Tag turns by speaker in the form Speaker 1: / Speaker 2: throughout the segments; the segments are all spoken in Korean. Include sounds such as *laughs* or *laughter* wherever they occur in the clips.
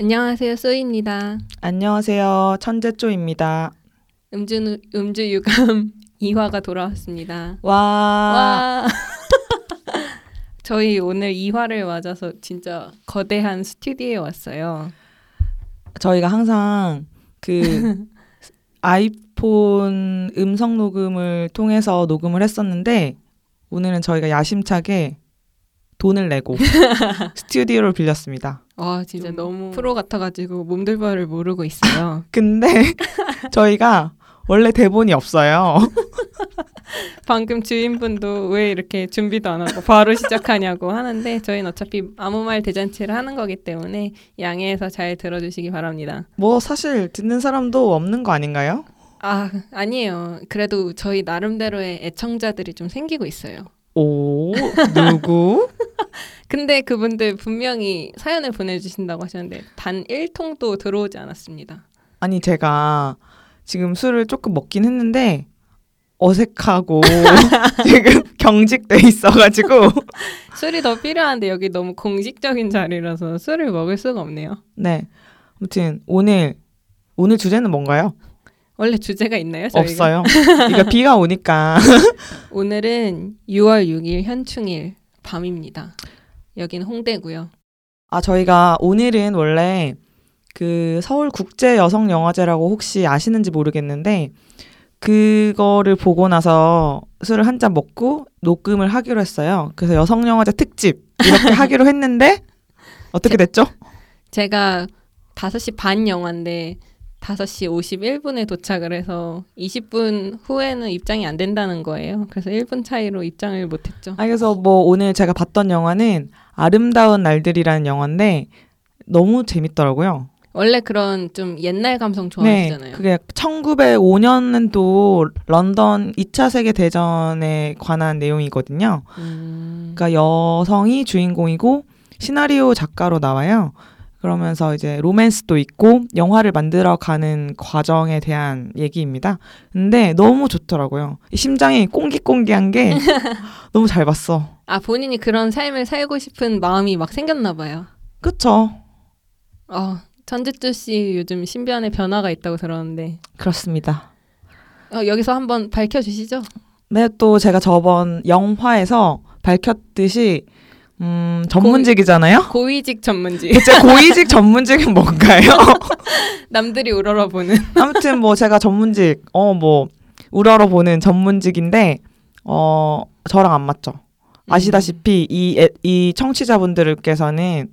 Speaker 1: 안녕하세요, 쏘입니다.
Speaker 2: 안녕하세요. 천재조입니다.
Speaker 1: 음주 음주 유감 *laughs* 2화가 돌아왔습니다.
Speaker 2: 와.
Speaker 1: 와. *laughs* 저희 오늘 2화를 맞아서 진짜 거대한 스튜디오에 왔어요.
Speaker 2: 저희가 항상 그 아이폰 음성 녹음을 통해서 녹음을 했었는데 오늘은 저희가 야심차게 돈을 내고 스튜디오를 빌렸습니다.
Speaker 1: 와, 아, 진짜 너무 프로 같아가지고 몸둘 바를 모르고 *laughs* 있어요.
Speaker 2: 근데 저희가 원래 대본이 없어요.
Speaker 1: 방금 주인분도 왜 이렇게 준비도 안 하고 바로 시작하냐고 하는데 저희는 어차피 아무 말 대잔치를 하는 거기 때문에 양해해서 잘 들어주시기 바랍니다.
Speaker 2: 뭐 사실 듣는 사람도 없는 거 아닌가요?
Speaker 1: 아, 아니에요. 그래도 저희 나름대로의 애청자들이 좀 생기고 있어요.
Speaker 2: 오, 누구?
Speaker 1: 근데 그분들 분명히 사연을 보내주신다고 하셨는데 단 1통도 들어오지 않았습니다.
Speaker 2: 아니 제가 지금 술을 조금 먹긴 했는데 *laughs* 어색하고 지금 경직돼 있어가지고
Speaker 1: 술이 더 필요한데 여기 너무 공식적인 자리라서 술을 먹을 수가 없네요.
Speaker 2: 네 아무튼 오늘 오늘 주제는 뭔가요?
Speaker 1: 원래 주제가 있나요? 저희가?
Speaker 2: 없어요. 그러니까 비가 오니까
Speaker 1: 오늘은 6월 6일 현충일 밤입니다. 여기는 홍대고요.
Speaker 2: 아 저희가 오늘은 원래 그 서울 국제 여성 영화제라고 혹시 아시는지 모르겠는데 그거를 보고 나서 술을 한 잔 먹고 녹음을 하기로 했어요. 그래서 여성 영화제 특집 이렇게 하기로 했는데 어떻게 됐죠?
Speaker 1: 제가 5시 반 영화인데 5시 51분에 도착을 해서 20분 후에는 입장이 안 된다는 거예요. 그래서 1분 차이로 입장을 못했죠.
Speaker 2: 아, 그래서 뭐 오늘 제가 봤던 영화는 아름다운 날들이라는 영화인데 너무 재밌더라고요.
Speaker 1: 원래 그런 좀 옛날 감성
Speaker 2: 네,
Speaker 1: 좋아하시잖아요.
Speaker 2: 그게 1905년도 런던 2차 세계 대전에 관한 내용이거든요.
Speaker 1: 음,
Speaker 2: 그러니까 여성이 주인공이고 시나리오 작가로 나와요. 그러면서 이제 로맨스도 있고 영화를 만들어 가는 과정에 대한 얘기입니다. 근데 너무 좋더라고요. 이 심장이
Speaker 1: *laughs*
Speaker 2: 꽁기꽁기한 게 너무 잘 봤어.
Speaker 1: 아 본인이 그런 삶을 살고 싶은 마음이 막 생겼나 봐요.
Speaker 2: 그쵸?
Speaker 1: 어, 전지주 씨 요즘 신변에 변화가 있다고 들었는데
Speaker 2: 그렇습니다.
Speaker 1: 어, 여기서 한번 밝혀주시죠.
Speaker 2: 네, 또 제가 저번 영화에서 밝혔듯이 음, 전문직이잖아요.
Speaker 1: 고위직 전문지
Speaker 2: 대체 고위직 전문직은 뭔가요?
Speaker 1: *laughs* 남들이 우러러보는
Speaker 2: 아무튼 뭐 제가 전문직 어 뭐 우러러 보는 전문직인데 어 저랑 안 맞죠. 아시다시피 이, 애- 이 청취자분들께서는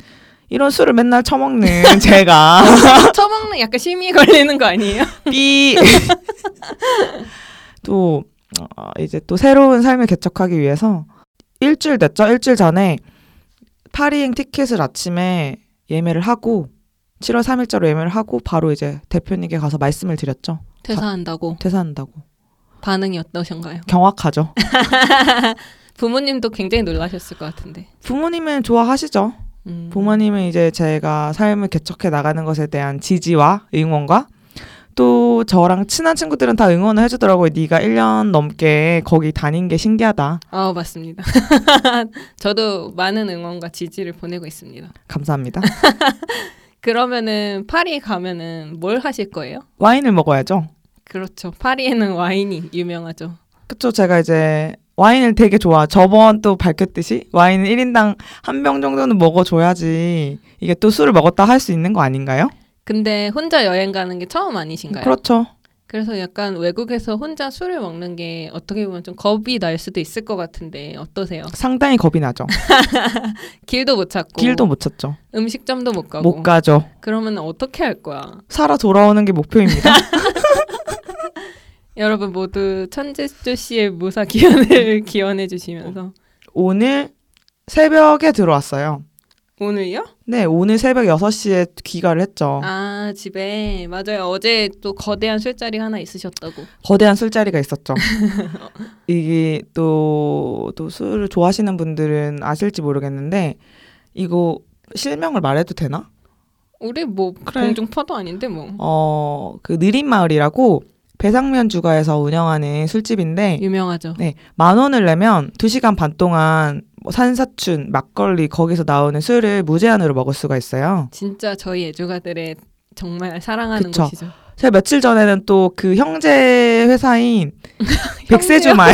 Speaker 2: 이런 술을 맨날 처먹는 *laughs* 제가
Speaker 1: 음. 처먹는 약간 심이 걸리는 거 아니에요?
Speaker 2: 삐. *laughs* 또 어, 이제 또 새로운 삶을 개척하기 위해서 일주일 됐죠. 일주일 전에 파리행 티켓을 아침에 예매를 하고 7월 3일자로 예매를 하고 바로 이제 대표님께 가서 말씀을 드렸죠.
Speaker 1: 퇴사한다고
Speaker 2: 퇴사한다고.
Speaker 1: 반응이 어떠신가요?
Speaker 2: 경악하죠.
Speaker 1: *laughs* 부모님도 굉장히 놀라셨을 것 같은데.
Speaker 2: 부모님은 좋아하시죠.
Speaker 1: 음.
Speaker 2: 부모님은 이제 제가 삶을 개척해 나가는 것에 대한 지지와 응원과 또 저랑 친한 친구들은 다 응원을 해주더라고요. 네가 1년 넘게 거기 다닌 게 신기하다.
Speaker 1: 아 맞습니다. *laughs* 저도 많은 응원과 지지를 보내고 있습니다.
Speaker 2: 감사합니다.
Speaker 1: 그러면은 파리 가면은 뭘 하실 거예요?
Speaker 2: 와인을 먹어야죠.
Speaker 1: 그렇죠. 파리에는 와인이 유명하죠.
Speaker 2: 그쵸, 제가 이제 와인을 되게 좋아. 저번 또 밝혔듯이 와인은 1인당 한 병 정도는 먹어줘야지 이게 또 술을 먹었다 할 수 있는 거 아닌가요?
Speaker 1: 근데 혼자 여행 가는 게 처음 아니신가요?
Speaker 2: 그렇죠.
Speaker 1: 그래서 약간 외국에서 혼자 술을 먹는 게 어떻게 보면 좀 겁이 날 수도 있을 것 같은데 어떠세요?
Speaker 2: 상당히 겁이 나죠.
Speaker 1: 길도 못 찾고
Speaker 2: 길도 못 찾죠.
Speaker 1: 음식점도 못 가고
Speaker 2: 못 가죠.
Speaker 1: 그러면 어떻게 할 거야?
Speaker 2: 살아 돌아오는
Speaker 1: *laughs*
Speaker 2: 게 목표입니다.
Speaker 1: 여러분 모두 천재수 씨의 무사 기원을 *laughs* 기원해 주시면서
Speaker 2: 오늘 새벽에 들어왔어요.
Speaker 1: 오늘요?
Speaker 2: 네, 오늘 새벽 6시에 귀가를 했죠.
Speaker 1: 아 집에 맞아요 어제 또 거대한 술자리 하나 있으셨다고
Speaker 2: 거대한 술자리가 있었죠. 이게 또, 또 술을 좋아하시는 분들은 아실지 모르겠는데, 이거 실명을 말해도 되나?
Speaker 1: 우리 뭐
Speaker 2: 그래.
Speaker 1: 공중파도 아닌데 뭐
Speaker 2: 어, 그 느린마을이라고 어, 배상면 주가에서 운영하는 술집인데
Speaker 1: 유명하죠.
Speaker 2: 네, 만 원을 내면 2시간 반 동안 뭐 산사춘, 막걸리 거기서 나오는 술을 무제한으로 먹을 수가 있어요.
Speaker 1: 진짜 저희 애주가들의 정말 사랑하는
Speaker 2: 그쵸.
Speaker 1: 곳이죠.
Speaker 2: 제가 며칠 전에는 또 그 형제 회사인 백세주
Speaker 1: 형제요?
Speaker 2: 마을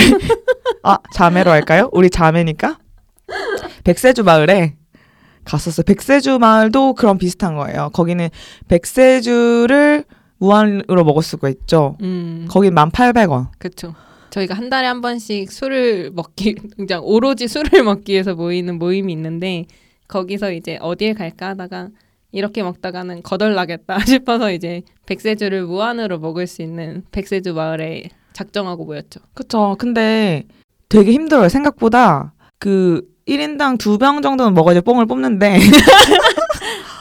Speaker 2: 아, 자매로 할까요? 우리 자매니까. 백세주 마을에 갔었어요. 백세주 마을도 그런 비슷한 거예요. 거기는 백세주를 무한으로 먹을 수가 있죠.
Speaker 1: 음,
Speaker 2: 거긴 1,800원.
Speaker 1: 그렇죠. 저희가 한 달에 한 번씩 술을 먹기 *laughs* 그냥 오로지 술을 먹기 위해서 모이는 모임이 있는데 거기서 이제 어디에 갈까 하다가 이렇게 먹다가는 거덜나겠다 *laughs* 싶어서 이제 백세주를 무한으로 먹을 수 있는 백세주 마을에 작정하고 모였죠.
Speaker 2: 그쵸. 근데 되게 힘들어요. 생각보다 그 1인당 두 병 정도는 먹어야 뽕을 뽑는데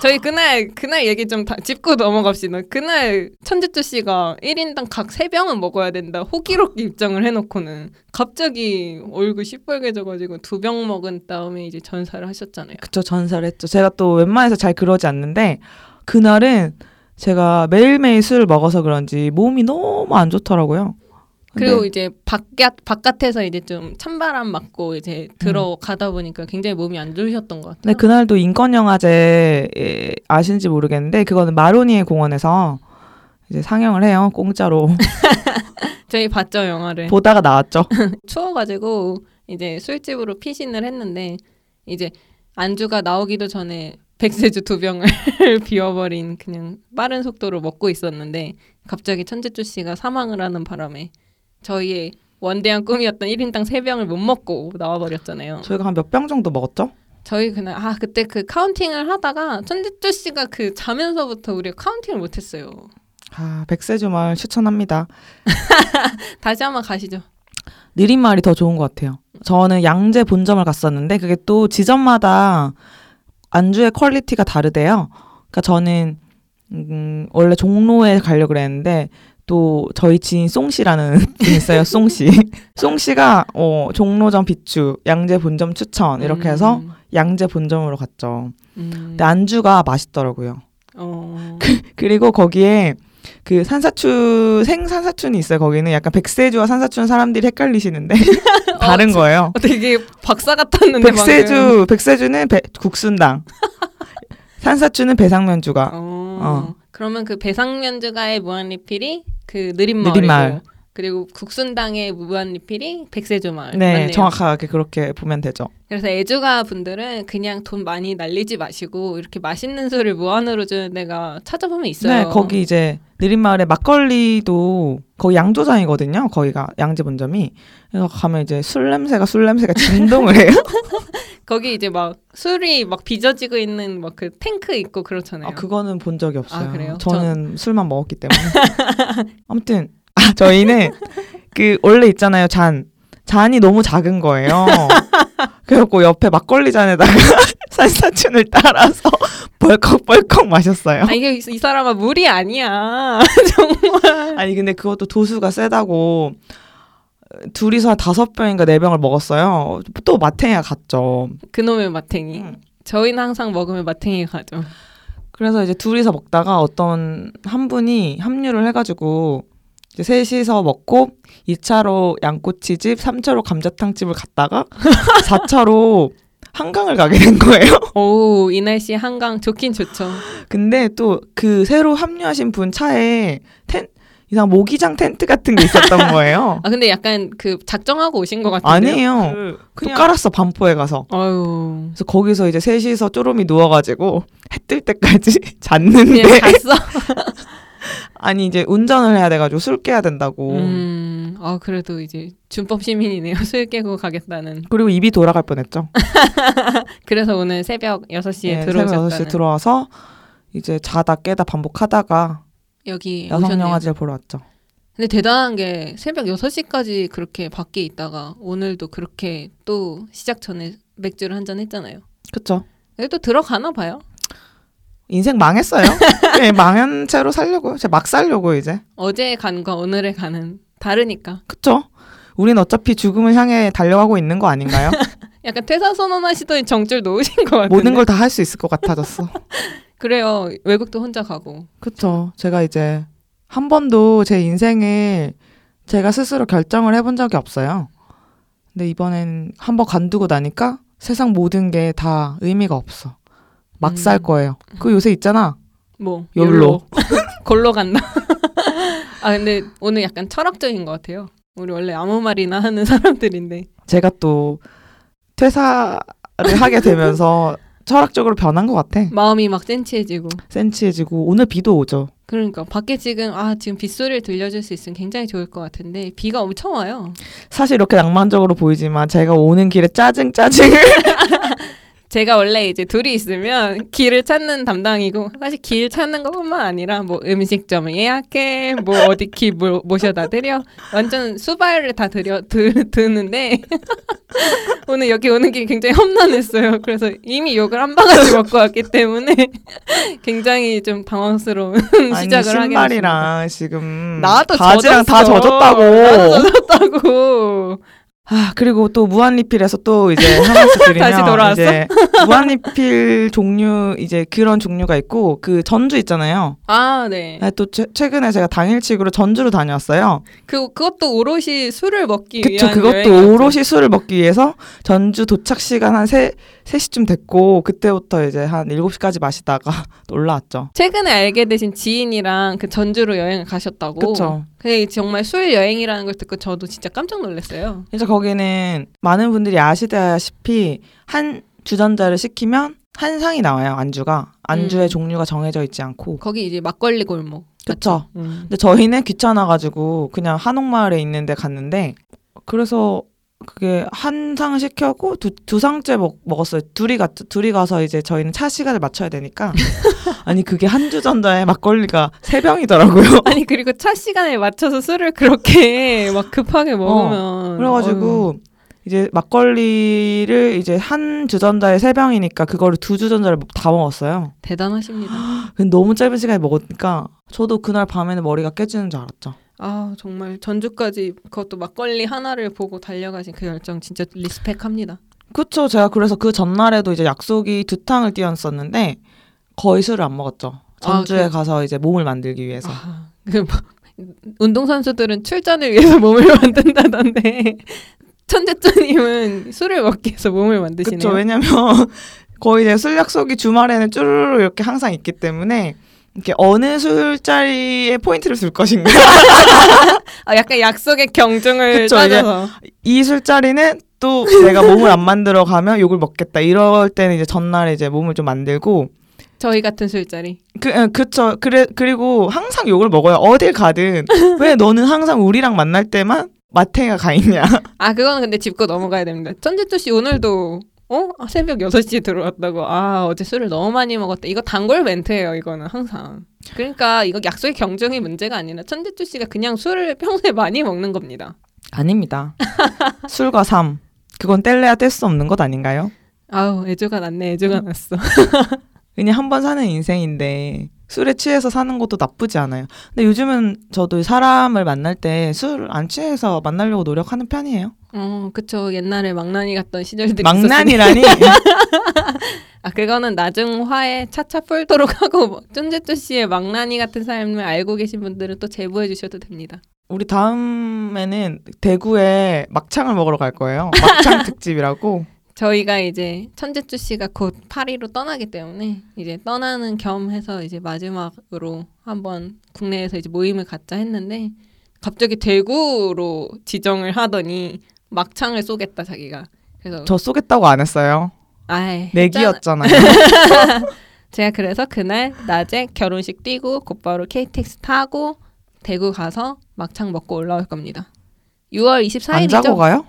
Speaker 1: 저희 그날 그날 얘기 좀 다, 짚고 넘어갑시다. 그날 천지주 씨가 1인당 각 3병은 먹어야 된다. 호기롭게 입장을 해놓고는 갑자기 얼굴 시뻘개져가지고 두 병 먹은 다음에 이제 전사를 하셨잖아요.
Speaker 2: 그쵸 전사를 했죠. 제가 또 웬만해서 잘 그러지 않는데 그날은 제가 매일매일 술을 먹어서 그런지 몸이 너무 안 좋더라고요. 근데
Speaker 1: 그리고 이제 바깥 바깥에서 이제 좀 찬바람 맞고 이제 들어가다 보니까 굉장히 몸이 안 좋으셨던 것
Speaker 2: 음. 네,
Speaker 1: 같아요.
Speaker 2: 그날도 인권영화제 예, 아시는지 모르겠는데 그거는 마로니에 공원에서 이제 상영을 해요. 공짜로
Speaker 1: 저희 봤죠 영화를.
Speaker 2: *laughs* 보다가 나왔죠.
Speaker 1: 추워가지고 이제 술집으로 피신을 했는데 이제 안주가 나오기도 전에 백세주 두 병을 *laughs* 비워버린 그냥 빠른 속도로 먹고 있었는데 갑자기 천재주 씨가 사망을 하는 바람에 저희의 원대한 꿈이었던 1인당 세병을못 먹고 나와버렸잖아요.
Speaker 2: 저희가 한 몇 병 정도 먹었죠?
Speaker 1: 저희 그날 아 그때 그 카운팅을 하다가 천재주 씨가 그 자면서부터 우리가 카운팅을 못했어요.
Speaker 2: 아 백세주 마을 추천합니다.
Speaker 1: 다시 한번 가시죠.
Speaker 2: 느린 말이 더 좋은 것 같아요. 저는 양재 본점을 갔었는데 그게 또 지점마다 안주의 퀄리티가 다르대요. 그러니까 저는 음, 원래 종로에 가려고 그랬는데 또 저희 지인 송씨라는 *laughs* 분이 있어요. 송씨.
Speaker 1: *laughs*
Speaker 2: 송씨가 어, 종로점 비추, 양재 본점 추천 이렇게 해서
Speaker 1: 음,
Speaker 2: 양재 본점으로 갔죠.
Speaker 1: 음,
Speaker 2: 근데 안주가 맛있더라고요.
Speaker 1: 어,
Speaker 2: 그리고 거기에 그 산사춘 생산사춘이 있어요. 거기는 약간 백세주와 산사춘 사람들이 헷갈리시는데 다른 거예요.
Speaker 1: *laughs* 어, 되게 박사 같았는데 방금.
Speaker 2: 백세주 백세주는 배- 국순당 산사주는 배상면주가
Speaker 1: 어. 그러면 그 배상면주가의 무한리필이 그 느린마을이고
Speaker 2: 느린마을.
Speaker 1: 그리고 국순당의 무한리필이 백세조마을
Speaker 2: 네
Speaker 1: 어, 맞네요.
Speaker 2: 정확하게 그렇게 보면 되죠.
Speaker 1: 그래서 애주가 분들은 그냥 돈 많이 날리지 마시고 이렇게 맛있는 술을 무한으로 주는 데가 찾아보면 있어요.
Speaker 2: 네 거기 이제 느린마을에 막걸리도 거기 양조장이거든요. 거기가 양재 본점이 그래서 가면 이제 술 냄새가 술 냄새가 진동을
Speaker 1: *laughs*
Speaker 2: 해요.
Speaker 1: 거기 이제 막 술이 막 빚어지고 있는 막 그 탱크 있고 그렇잖아요.
Speaker 2: 아 그거는 본 적이 없어요.
Speaker 1: 아, 그래요?
Speaker 2: 저는 술만 먹었기
Speaker 1: *laughs*
Speaker 2: 때문에 아무튼 아, 저희는 그 원래 있잖아요 잔 잔이 너무 작은 거예요. 그래갖고 옆에 막걸리 잔에다가 *laughs* 산사춘을 따라서 벌컥벌컥 마셨어요.
Speaker 1: 아, 이게 이 사람아 물이 아니야. *laughs*
Speaker 2: 아니 근데 그것도 도수가 세다고 둘이서 한 다섯 병인가 네 병을 먹었어요. 또 마탱이가 갔죠.
Speaker 1: 그놈의 마탱이.
Speaker 2: 음.
Speaker 1: 저희는 항상 먹으면 마탱이 가죠.
Speaker 2: 그래서 이제 둘이서 먹다가 어떤 한 분이 합류를 해가지고 이제 셋이서 먹고 2차로 양꼬치집, 3차로 감자탕집을 갔다가 *laughs* 4차로 한강을 가게 된 거예요. *laughs*
Speaker 1: 오우 이 날씨 한강 좋긴 좋죠.
Speaker 2: 근데 또 그 새로 합류하신 분 차에 텐 이상 모기장 텐트 같은 게 있었던 거예요.
Speaker 1: *laughs* 아 근데 약간 그 작정하고 오신 것 같은데요?
Speaker 2: 아니에요. 또
Speaker 1: 그냥-
Speaker 2: 깔았어 반포에 가서.
Speaker 1: 아유.
Speaker 2: 그래서 거기서 이제 셋이서 쪼름이 누워가지고 해 뜰 때까지 *laughs* 잤는데
Speaker 1: 그냥 갔어.
Speaker 2: 아니 이제 운전을 해야 돼가지고 술 깨야 된다고.
Speaker 1: 음. 아 그래도 이제 준법 시민이네요. *laughs* 술 깨고 가겠다는.
Speaker 2: 그리고 입이 돌아갈 뻔했죠.
Speaker 1: 그래서 오늘 새벽 6시에
Speaker 2: 네, 새벽
Speaker 1: 들어오셨다는.
Speaker 2: 6시에 들어와서 이제 자다 깨다 반복하다가
Speaker 1: 여기
Speaker 2: 여성
Speaker 1: 오셨네요.
Speaker 2: 영화제를 보러 왔죠.
Speaker 1: 근데 대단한 게 새벽 6시까지 그렇게 밖에 있다가 오늘도 그렇게 또 시작 전에 맥주를 한 잔 했잖아요.
Speaker 2: 그쵸.
Speaker 1: 근데 또 들어가나 봐요. *laughs*
Speaker 2: 인생 망했어요. 네, 망한 채로 살려고요. 제막 살려고 이제.
Speaker 1: 어제의 간과 오늘의 간은 다르니까.
Speaker 2: 그쵸. 우린 어차피 죽음을 향해 달려가고 있는 거
Speaker 1: *laughs*
Speaker 2: 아닌가요?
Speaker 1: 약간 퇴사 선언하시더니 정줄 놓으신 것 같은데.
Speaker 2: 모든 걸 다 할 수 있을 것 같아졌어.
Speaker 1: 그래요. 외국도 혼자 가고.
Speaker 2: 그쵸. 제가 이제 한 번도 제 인생을 제가 스스로 결정을 해본 적이 없어요. 근데 이번엔 한 번 간두고 나니까 세상 모든 게 다 의미가 없어. 막 살
Speaker 1: 음.
Speaker 2: 거예요. 그 요새 있잖아.
Speaker 1: 뭐 *laughs*
Speaker 2: 욜로.
Speaker 1: 골로 간다. *laughs* 아 근데 오늘 약간 철학적인 것 같아요. 우리 원래 아무 말이나 하는 사람들인데
Speaker 2: 제가 또 퇴사를
Speaker 1: *laughs*
Speaker 2: 하게 되면서 철학적으로 변한 것 같아.
Speaker 1: 마음이 막 센치해지고
Speaker 2: 센치해지고 오늘 비도 오죠.
Speaker 1: 그러니까 밖에 지금 아 지금 빗소리를 들려줄 수 있으면 굉장히 좋을 것 같은데 비가 엄청 와요.
Speaker 2: 사실 이렇게 낭만적으로 보이지만 제가 오는 길에 짜증 짜증
Speaker 1: 제가 원래 이제 둘이 있으면 길을 찾는 담당이고 사실 길 찾는 것뿐만 아니라 뭐 음식점 예약해 뭐 어디 길 모- 모셔다 드려 완전 수발을 다 드려 드, 드는데 *laughs* 오늘 여기 오는 길 굉장히 험난했어요 그래서 이미 욕을 한 바가지 먹고 왔기 때문에 *laughs* 굉장히 좀 당황스러운 *laughs* 시작을 하게 됐습니다.
Speaker 2: 신발이랑 지금
Speaker 1: 나도
Speaker 2: 바지랑 다
Speaker 1: 젖었어.
Speaker 2: 젖었다고.
Speaker 1: 젖었다고
Speaker 2: 아 그리고 또 무한리필에서 또 이제 하나씩
Speaker 1: *laughs*
Speaker 2: 드리면
Speaker 1: 다시 돌아왔어?
Speaker 2: 이제 무한리필 종류 이제 그런 종류가 있고 그 전주 있잖아요.
Speaker 1: 아네
Speaker 2: 아, 또 최, 최근에 제가 당일치기로 전주로 다녀왔어요.
Speaker 1: 그, 그것도 오롯이 술을 먹기
Speaker 2: 그쵸
Speaker 1: 위한
Speaker 2: 그것도
Speaker 1: 여행이었죠.
Speaker 2: 오롯이 술을 먹기 위해서 전주 도착 시간 한 세 세시쯤 됐고 그때부터 이제 한 7시까지 마시다가 *laughs* 또 올라왔죠.
Speaker 1: 최근에 알게 되신 지인이랑 그 전주로 여행을 가셨다고.
Speaker 2: 그쵸
Speaker 1: 그게 정말 술 여행이라는 걸 듣고 저도 진짜 깜짝 놀랐어요.
Speaker 2: 그래서 거기는 많은 분들이 아시다시피 한 주전자를 시키면 한 상이 나와요 안주가 안주의
Speaker 1: 음.
Speaker 2: 종류가 정해져 있지 않고
Speaker 1: 거기 이제 막걸리 골목.
Speaker 2: 그쵸
Speaker 1: 음.
Speaker 2: 근데 저희는 귀찮아가지고 그냥 한옥마을에 있는데 갔는데 그래서 그게 한 상 시켜고 두, 두 상째 먹, 먹었어요 둘이 갔 둘이 가서 이제 저희는 차 시간을 맞춰야 되니까 아니 그게 한 주전자에 막걸리가 세 병이더라고요
Speaker 1: 아니 그리고 차 시간에 맞춰서 술을 그렇게 *laughs* 막 급하게 먹으면
Speaker 2: 어, 그래가지고 이제 막걸리를 이제 한 주전자에 세 병이니까 그거를 두 주전자를 다 먹었어요.
Speaker 1: 어휴, 대단하십니다.
Speaker 2: 근데 너무 짧은 시간에 먹으니까 저도 그날 밤에는 머리가 깨지는 줄 알았죠.
Speaker 1: 아 정말 전주까지 그것도 막걸리 하나를 보고 달려가신 그 열정 진짜 리스펙합니다.
Speaker 2: 그쵸. 제가 그래서 그 전날에도 이제 약속이 두 탕을 띄었었는데 거의 술을 안 먹었죠. 전주에
Speaker 1: 아, 그-
Speaker 2: 가서 이제 몸을 만들기 위해서.
Speaker 1: 아, 그 막- *laughs* 운동 선수들은 출전을 위해서 *laughs* 몸을 만든다던데 *laughs* 천재조님은 술을 먹기 위해서 몸을 만드시네요.
Speaker 2: 그쵸. 왜냐면 *laughs* 거의 이제 술 약속이 주말에는 쭈르르 이렇게 항상 있기 때문에 이렇게 어느 술자리에 포인트를 줄 것인가. *laughs*
Speaker 1: 아, 약간 약속의 경중을
Speaker 2: 그쵸,
Speaker 1: 따져서
Speaker 2: 이 술자리는 또 내가 몸을 안 만들어 가면 욕을 먹겠다. 이럴 때는 이제 전날에 이제 몸을 좀 만들고
Speaker 1: 저희 같은 술자리.
Speaker 2: 그 에, 그쵸 그래 그리고 항상 욕을 먹어요. 어딜 가든 왜 너는 항상 우리랑 만날 때만 마탱이가 가 있냐.
Speaker 1: 아, 그거는 근데 짚고 넘어가야 됩니다. 천재조 씨 오늘도 어? 아, 새벽 6시에 들어왔다고. 아, 어제 술을 너무 많이 먹었다. 이거 단골 멘트예요, 이거는 항상. 그러니까 이거 약속의 경중이 문제가 아니라 천재조 씨가 그냥 술을 평소에 많이 먹는 겁니다.
Speaker 2: 아닙니다. *laughs* 술과 삶 그건 뗄래야 뗄 수 없는 것 아닌가요?
Speaker 1: 아우, 애조가 났네. 애조가 났어.
Speaker 2: 그냥 한 번 사는 인생인데 술에 취해서 사는 것도 나쁘지 않아요. 근데 요즘은 저도 사람을 만날 때 술 안 취해서 만나려고 노력하는 편이에요.
Speaker 1: 어, 그쵸. 옛날에 망나니 갔던 시절들이 있었으니.
Speaker 2: 망난이라니.
Speaker 1: 아, 그거는 나중 화에 차차 풀도록 하고 천재조 씨의 망나니 같은 삶을 알고 계신 분들은 또 제보해 주셔도 됩니다.
Speaker 2: *laughs* 우리 다음에는 대구에 막창을 먹으러 갈 거예요.
Speaker 1: *laughs*
Speaker 2: 막창 특집이라고.
Speaker 1: 저희가 이제 천재주 씨가 곧 파리로 떠나기 때문에 이제 떠나는 겸 해서 이제 마지막으로 한번 국내에서 이제 모임을 갖자 했는데 갑자기 대구로 지정을 하더니 막창을 쏘겠다 자기가 그래서
Speaker 2: 저 쏘겠다고 안 했어요.
Speaker 1: 아이 했잖아.
Speaker 2: 내기였잖아요.
Speaker 1: 제가 그래서 그날 낮에 결혼식 뛰고 곧바로 KTX 타고 대구 가서 막창 먹고 올라올 겁니다. 6월 24일이죠?
Speaker 2: 안 자고 가요?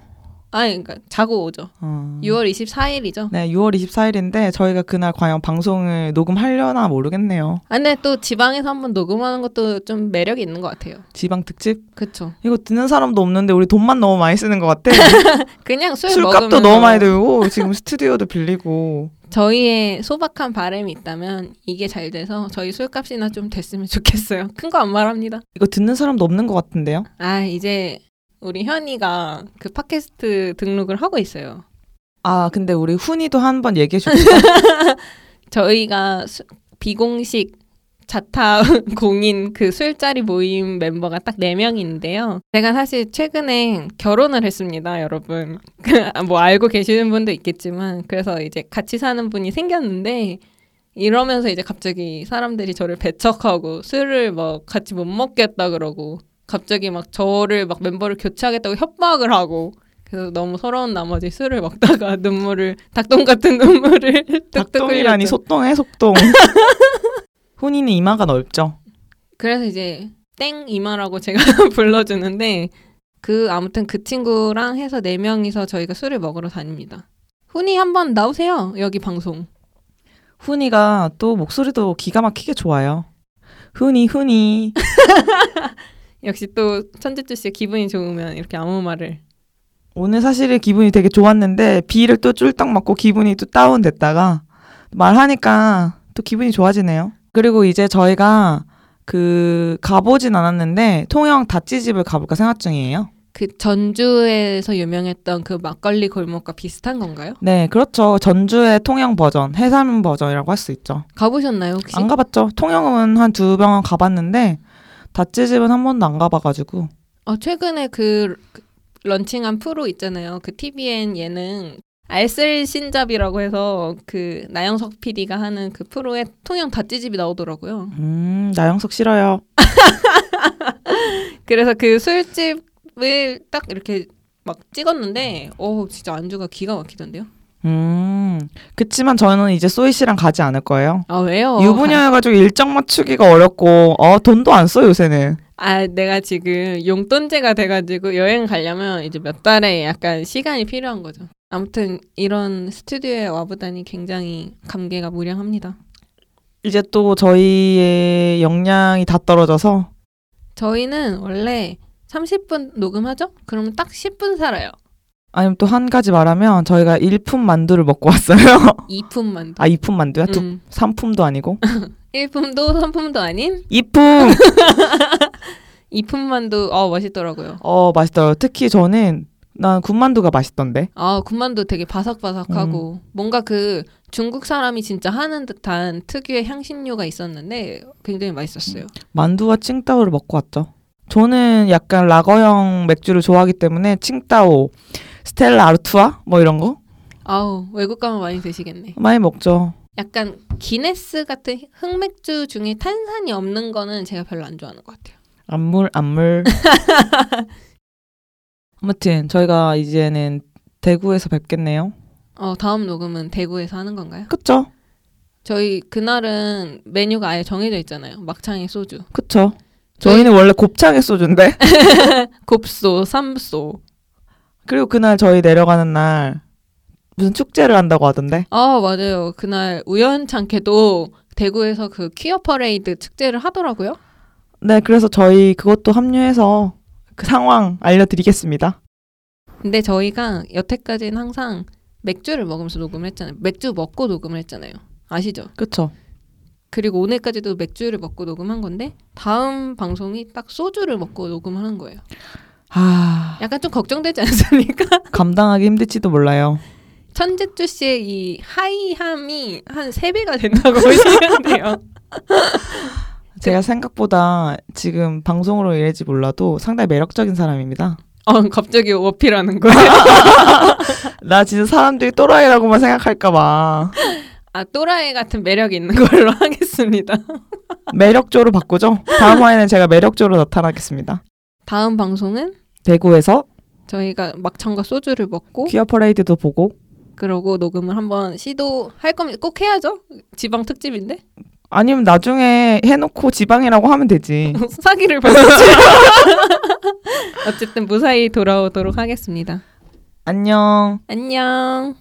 Speaker 1: 아, 그러니까 자고 오죠.
Speaker 2: 어.
Speaker 1: 6월 24일이죠.
Speaker 2: 네, 6월 24일인데 저희가 그날 과연 방송을 녹음하려나 모르겠네요.
Speaker 1: 아, 근데 또 지방에서 한번 녹음하는 것도 좀 매력이 있는 것 같아요.
Speaker 2: 지방 특집?
Speaker 1: 그쵸.
Speaker 2: 이거 듣는 사람도 없는데 우리 돈만 너무 많이 쓰는 것 *laughs* 같아.
Speaker 1: 그냥
Speaker 2: 네,
Speaker 1: 술
Speaker 2: 술값도
Speaker 1: 먹으면서
Speaker 2: 너무 많이 들고 지금 스튜디오도 빌리고.
Speaker 1: 저희의 소박한 바람이 있다면 이게 잘 돼서 저희 술값이나 좀 됐으면 좋겠어요. 큰 거 안 말합니다.
Speaker 2: 이거 듣는 사람도 없는 것 같은데요?
Speaker 1: 아, 이제 우리 현이가 그 팟캐스트 등록을 하고 있어요.
Speaker 2: 아, 근데 우리
Speaker 1: *laughs*
Speaker 2: *laughs* 훈이도 한 번 얘기해 줬죠.
Speaker 1: 저희가 수- 비공식 자타 공인 *laughs* 그 술자리 모임 멤버가 딱 4명인데요. 제가 사실 최근에 결혼을 했습니다, 여러분. 뭐 알고 계시는 분도 있겠지만 그래서 이제 같이 사는 분이 생겼는데 이러면서 이제 갑자기 사람들이 저를 배척하고 술을 막 같이 못 먹겠다 그러고 갑자기 막 저를 막 멤버를 교체하겠다고 협박을 하고 그래서 너무 서러운 나머지 술을 먹다가 *laughs* 눈물을 닭똥 같은 눈물을 *laughs* 뚝뚝
Speaker 2: 닭똥이라니
Speaker 1: 흘렸죠.
Speaker 2: 소똥해 *laughs* 속똥. 혼인이 이마가 넓죠.
Speaker 1: 그래서 이제 땡 이마라고 제가 *laughs* 불러주는데 그 아무튼 그 친구랑 해서 네 명이서 저희가 술을 먹으러 다닙니다. 훈이 한번 나오세요 여기 방송.
Speaker 2: 훈이가 또 목소리도 기가 막히게 좋아요. 훈이 훈이
Speaker 1: 역시 또 천재주 씨 기분이 좋으면 이렇게 아무 말을
Speaker 2: 오늘 사실 기분이 되게 좋았는데 비를 또 쫄딱 맞고 기분이 또 다운됐다가 말하니까 또 기분이 좋아지네요. 그리고 이제 저희가 그 가보진 않았는데 통영 다찌집을 가볼까 생각 중이에요.
Speaker 1: 그 전주에서 유명했던 그 막걸리 골목과 비슷한 건가요?
Speaker 2: 네, 그렇죠. 전주의 통영 버전, 해삼 버전이라고 할 수 있죠.
Speaker 1: 가보셨나요 혹시?
Speaker 2: 안 가봤죠. 통영은 한 두 병은 가봤는데 다찌집은 한 번도 안 가봐가지고
Speaker 1: 어, 최근에 그 런칭한 프로 있잖아요. 그 TVN 예능 알쓸 신잡이라고 해서 그 나영석 PD가 하는 그 프로에 통영 다찌집이 나오더라고요.
Speaker 2: 음 나영석 싫어요.
Speaker 1: 그래서 그 술집을 딱 이렇게 막 찍었는데 어 진짜 안주가 기가 막히던데요.
Speaker 2: 음 그치만 저는 이제 소희 씨랑 가지 않을 거예요.
Speaker 1: 아 왜요?
Speaker 2: 유부녀여가지고 일정 맞추기가 어렵고 어 돈도 안 써 요새는.
Speaker 1: 아 내가 지금 용돈제가 돼가지고 여행 가려면 이제 몇 달에 약간 시간이 필요한 거죠. 아무튼 이런 스튜디오에 와보다니 굉장히 감개가 무량합니다.
Speaker 2: 이제 또 저희의 역량이 다 떨어져서
Speaker 1: 저희는 원래 30분 녹음하죠? 그러면 딱 10분 살아요.
Speaker 2: 아니면 또 한 가지 말하면 저희가 일품 만두를 먹고 왔어요. *laughs*
Speaker 1: 2품만.
Speaker 2: 아 이품 만두야? 두
Speaker 1: 음,
Speaker 2: 삼품도 아니고
Speaker 1: 1품도 3품도 아닌
Speaker 2: 이품.
Speaker 1: 2품만도 어 멋있더라고요.
Speaker 2: 어 맛있더라고. 특히 저는 난 군만두가 맛있던데.
Speaker 1: 아, 군만두 되게 바삭바삭하고
Speaker 2: 음.
Speaker 1: 뭔가 그 중국 사람이 진짜 하는 듯한 특유의 향신료가 있었는데 굉장히 맛있었어요.
Speaker 2: 만두와 칭따오를 먹고 왔죠. 저는 약간 라거형 맥주를 좋아하기 때문에 칭따오, 스텔라 아르투아 뭐 이런 거
Speaker 1: 아우, 외국 가면 많이 드시겠네.
Speaker 2: 많이 먹죠.
Speaker 1: 약간 기네스 같은 흑맥주 중에 탄산이 없는 거는 제가 별로 안 좋아하는 것 같아요.
Speaker 2: 안물 안물. 아무튼 저희가 이제는 대구에서 뵙겠네요.
Speaker 1: 어, 다음 녹음은 대구에서 하는 건가요?
Speaker 2: 그쵸?
Speaker 1: 저희 그날은 메뉴가 아예 정해져 있잖아요. 막창에 소주,
Speaker 2: 그쵸? 저희는 원래 곱창에 소주인데 *laughs*
Speaker 1: 곱소, 삼소.
Speaker 2: 그리고 그날 저희 내려가는 날 무슨 축제를 한다고 하던데
Speaker 1: 아, 맞아요. 그날 우연찮게도 대구에서 그 퀴어 퍼레이드 축제를 하더라고요.
Speaker 2: 네 그래서 저희 그것도 합류해서 그 상황 알려드리겠습니다.
Speaker 1: 근데 저희가 여태까지는 항상 맥주를 먹으면서 녹음을 했잖아요. 맥주 먹고 녹음을 했잖아요. 아시죠?
Speaker 2: 그쵸?
Speaker 1: 그리고 오늘까지도 맥주를 먹고 녹음한 건데 다음 방송이 딱 소주를 먹고 녹음하는 거예요.
Speaker 2: 아
Speaker 1: 약간 좀 걱정되지 않습니까? *laughs*
Speaker 2: 감당하기 힘들지도 몰라요.
Speaker 1: 천재주 씨의 이 하이함이 한 세배가 된다고 *laughs* 보시면 돼요.
Speaker 2: 제가 생각보다 지금 방송으로 이래지 몰라도 상당히 매력적인 사람입니다.
Speaker 1: 어, 갑자기 어필하는 거예요. *laughs*
Speaker 2: 나 진짜 사람들이 또라이라고만 생각할까봐
Speaker 1: 아, 또라이 같은 매력이 있는 걸로 *laughs* 하겠습니다.
Speaker 2: 매력조로 바꾸죠. 다음 화에는 제가 매력조로 나타나겠습니다.
Speaker 1: 다음 방송은
Speaker 2: 대구에서
Speaker 1: 저희가 막창과 소주를 먹고
Speaker 2: 퀴어 퍼레이드도 보고
Speaker 1: 그러고 녹음을 한번 시도할 겁니다. 꼭 해야죠. 지방 특집인데 *laughs*
Speaker 2: 아니면 나중에 해놓고 지방이라고 하면
Speaker 1: *laughs*
Speaker 2: 되지.
Speaker 1: 사기를 벌였죠. 어쨌든 무사히 돌아오도록 하겠습니다.
Speaker 2: 안녕.
Speaker 1: 안녕.